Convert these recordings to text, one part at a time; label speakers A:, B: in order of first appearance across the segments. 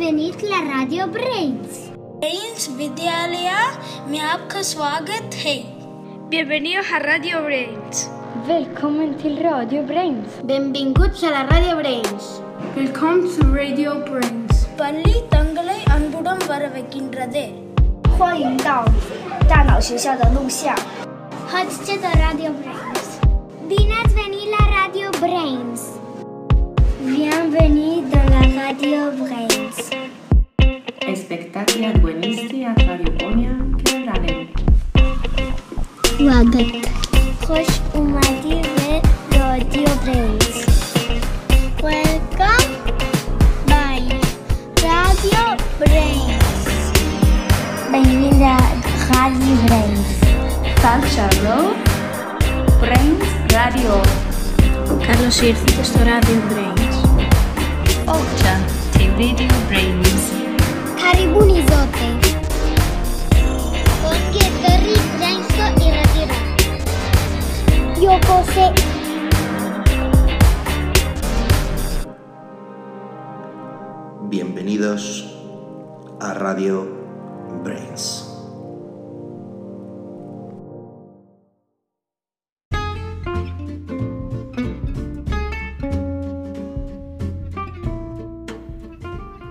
A: venit la Radio Brains.
B: Brains Vidyalaya में आपका स्वागत है
C: Bienvenidos a Radio Brains.
D: Velkommen til Radio Brains.
A: Benvinguts a la Radio Brains.
E: Welcome to Radio Brains.
B: பள்ளி தங்களை அன்புடன் வரவேற்கின்றது
F: 欢迎到
A: Da,
F: 大脑学校的录像。
A: Hots a Radio Brains. Vine ați venit la Radio Brains. Bienvenue dans la Radio Brains.
G: Espectacular buenistia radiofonia Kevranen.
A: Oagăt. Hoș umati ve Radio Brains. Welcome by Radio Brains. Benvenit la Radio Brains.
G: Salcharo. Brains Radio.
C: Carlos Irci, esto Radio Brains.
G: Octa. Te Radio Brains.
A: Caribuni zote. Porque Terry Branco y Radira. Yo posé.
H: Bienvenidos a Radio Brains.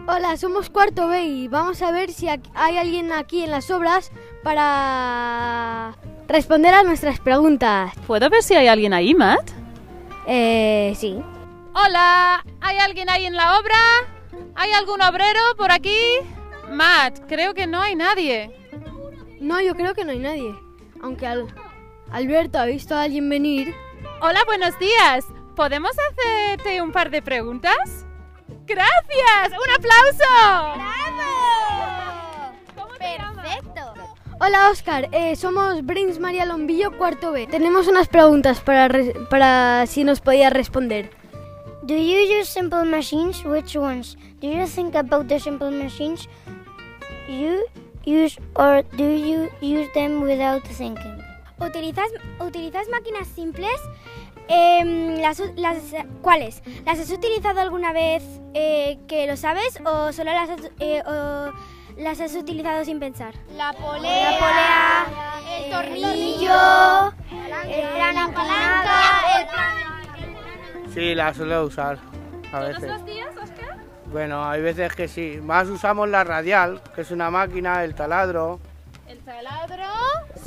D: Hola, somos Cuarto B y vamos a ver si aquí- hay alguien aquí en las obras para responder a nuestras preguntas.
I: ¿Puedo ver si hay alguien ahí, Matt?
D: Eh, sí.
I: Hola, ¿hay alguien ahí en la obra? ¿Hay algún obrero por aquí? Matt, creo que no hay nadie.
D: No, yo creo que no hay nadie. Aunque al- Alberto ha visto a alguien venir.
I: Hola, buenos días. ¿Podemos hacerte un par de preguntas? Gracias, un aplauso. ¿Cómo te llamas?
D: Hola, Oscar. eh, somos Brins María Lombillo, cuarto B. Tenemos unas preguntas para, re- para si nos podías responder.
A: Do you use simple machines? Which ones? Do you think about the simple machines you use or do you use them without thinking?
D: ¿Utilizas, utilizas máquinas simples? las, ¿Cuáles? ¿Las has utilizado alguna vez que lo sabes o solo las has, las has utilizado sin pensar?
A: La polea, el tornillo, la palanca,
J: Sí, la suelo usar a
I: ¿Todos
J: veces.
I: los días, Oscar?
J: Bueno, hay veces que sí. Más usamos la radial, que es una máquina, el taladro.
I: El taladro,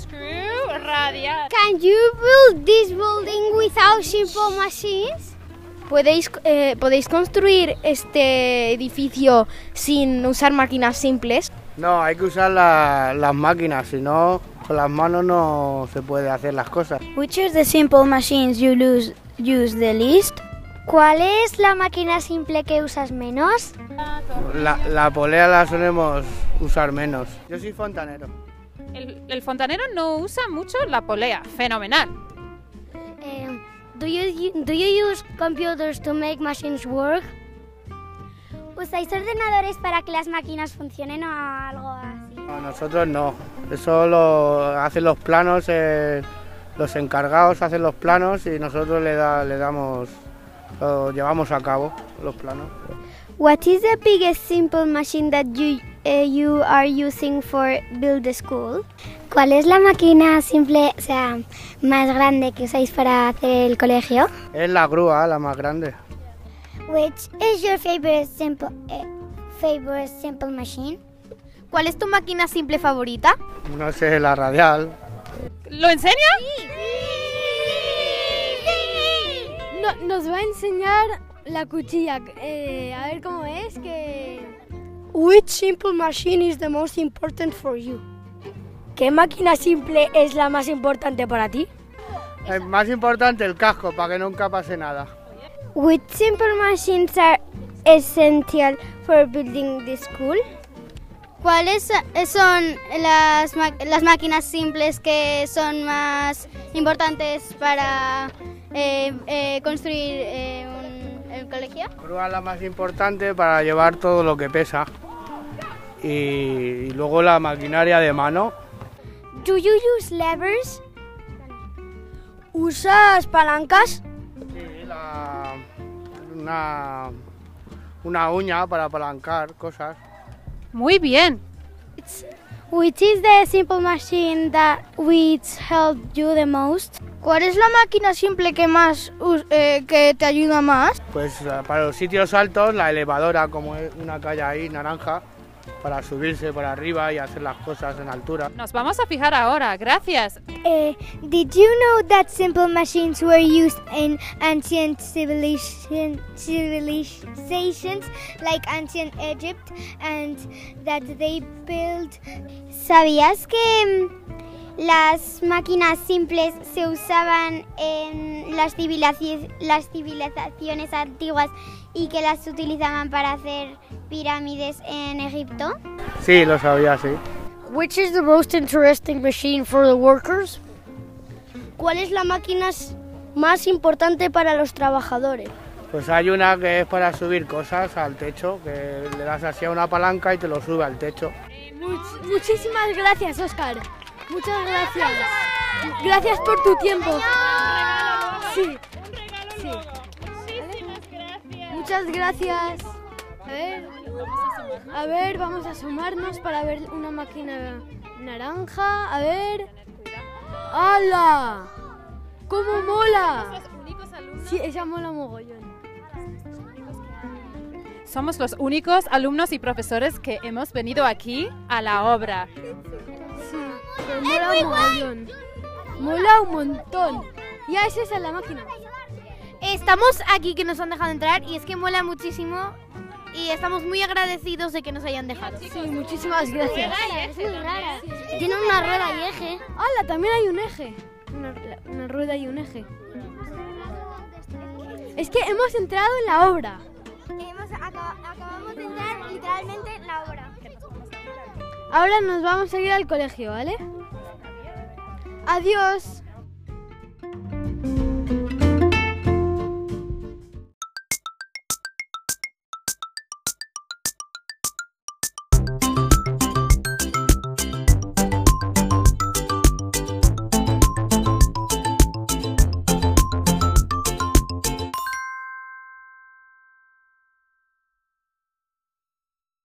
I: screw, radial.
D: Can you build this building without simple machines? ¿Podéis, eh, ¿Podéis construir este edificio sin usar máquinas simples?
J: No, hay que usar la- las máquinas, si no, con las manos no se puede hacer las cosas.
F: Which is the simple machines you lose, use the least?
A: ¿Cuál es la máquina simple que usas menos?
J: La, la polea la solemos usar menos. Yo soy fontanero.
I: El, el fontanero no usa mucho la polea. Fenomenal.
A: Eh, do you do you use computers to make machines work? ¿Usáis ordenadores para que las máquinas funcionen o algo así?
J: A nosotros no. Eso lo hacen los planos, eh, los encargados hacen los planos y nosotros le, da- le damos, lo llevamos a cabo los planos.
A: What is the biggest simple machine that you eh, you are using for build a school? ¿Cuál es la máquina simple, o sea, más grande que usáis para hacer el colegio?
J: Es la grúa, la más grande.
A: Which is your favorite simple eh, favorite simple machine?
D: ¿Cuál es tu máquina simple favorita?
J: No sé, la radial.
I: ¿Lo enseña?
D: nos va a enseñar la cuchilla. eh, a ver cómo es que... Which simple machine is the most important for you? ¿Qué máquina simple es la más importante para ti?
J: Es más importante el casco, para que nunca pase nada.
A: Which simple machines are essential for building the school? ¿Cuáles son las, ma- las máquinas simples que son más importantes para eh, eh, construir eh, un, el colegio?
J: Grúa es la más importante para llevar todo lo que pesa. Y, y luego la maquinaria de mano.
A: Do you use levers?
D: ¿Usas palancas?
J: Sí, la- una, una uña para apalancar cosas.
I: Muy bien.
A: It's, which is the simple machine that which help you the most?
K: ¿Cuál es la máquina simple que más eh, que te ayuda más?
J: Pues para los sitios altos la elevadora, como es una calle ahí naranja, para subirse por arriba y hacer las cosas en altura.
I: Nos vamos a fijar ahora, gracias.
A: Eh, did you know that simple machines were used in ancient civilization, civilizations like ancient Egypt and that they built? ¿Sabías que mm, las máquinas simples se usaban en las, las civilizaciones antiguas y que las utilizaban para hacer pirámides en Egipto?
J: Sí, lo sabía, sí.
L: Which is the most interesting machine for the workers?
K: ¿Cuál es la máquina más importante para los trabajadores?
J: Pues hay una que es para subir cosas al techo, que le das así a una palanca y te lo sube al techo.
D: Much muchísimas gracias, Oscar. Muchas gracias. Gracias por tu tiempo. Sí. sí. Muchas gracias. A ver, a ver, vamos a asomarnos para ver una máquina naranja. A ver. ¡Hala! ¡Cómo mola! Sí, esa mola mogollón.
I: Somos los únicos alumnos y profesores que hemos venido aquí a la obra.
D: Sí, pero mola un mogollón. Mola un montón. Ya es esa la máquina.
M: Estamos aquí que nos han dejado entrar y es que mola muchísimo y estamos muy agradecidos de que nos hayan dejado.
D: Sí, muchísimas gracias.
M: Es muy rara. Tiene una rueda ¿eh? y eje.
D: ¡Hala! También hay un eje. Una, una, rueda y un eje. Es que hemos entrado en la obra.
N: Hemos acab acabamos de entrar literalmente en la obra.
D: ¿eh? Ahora nos vamos a ir al colegio, ¿vale? Adiós.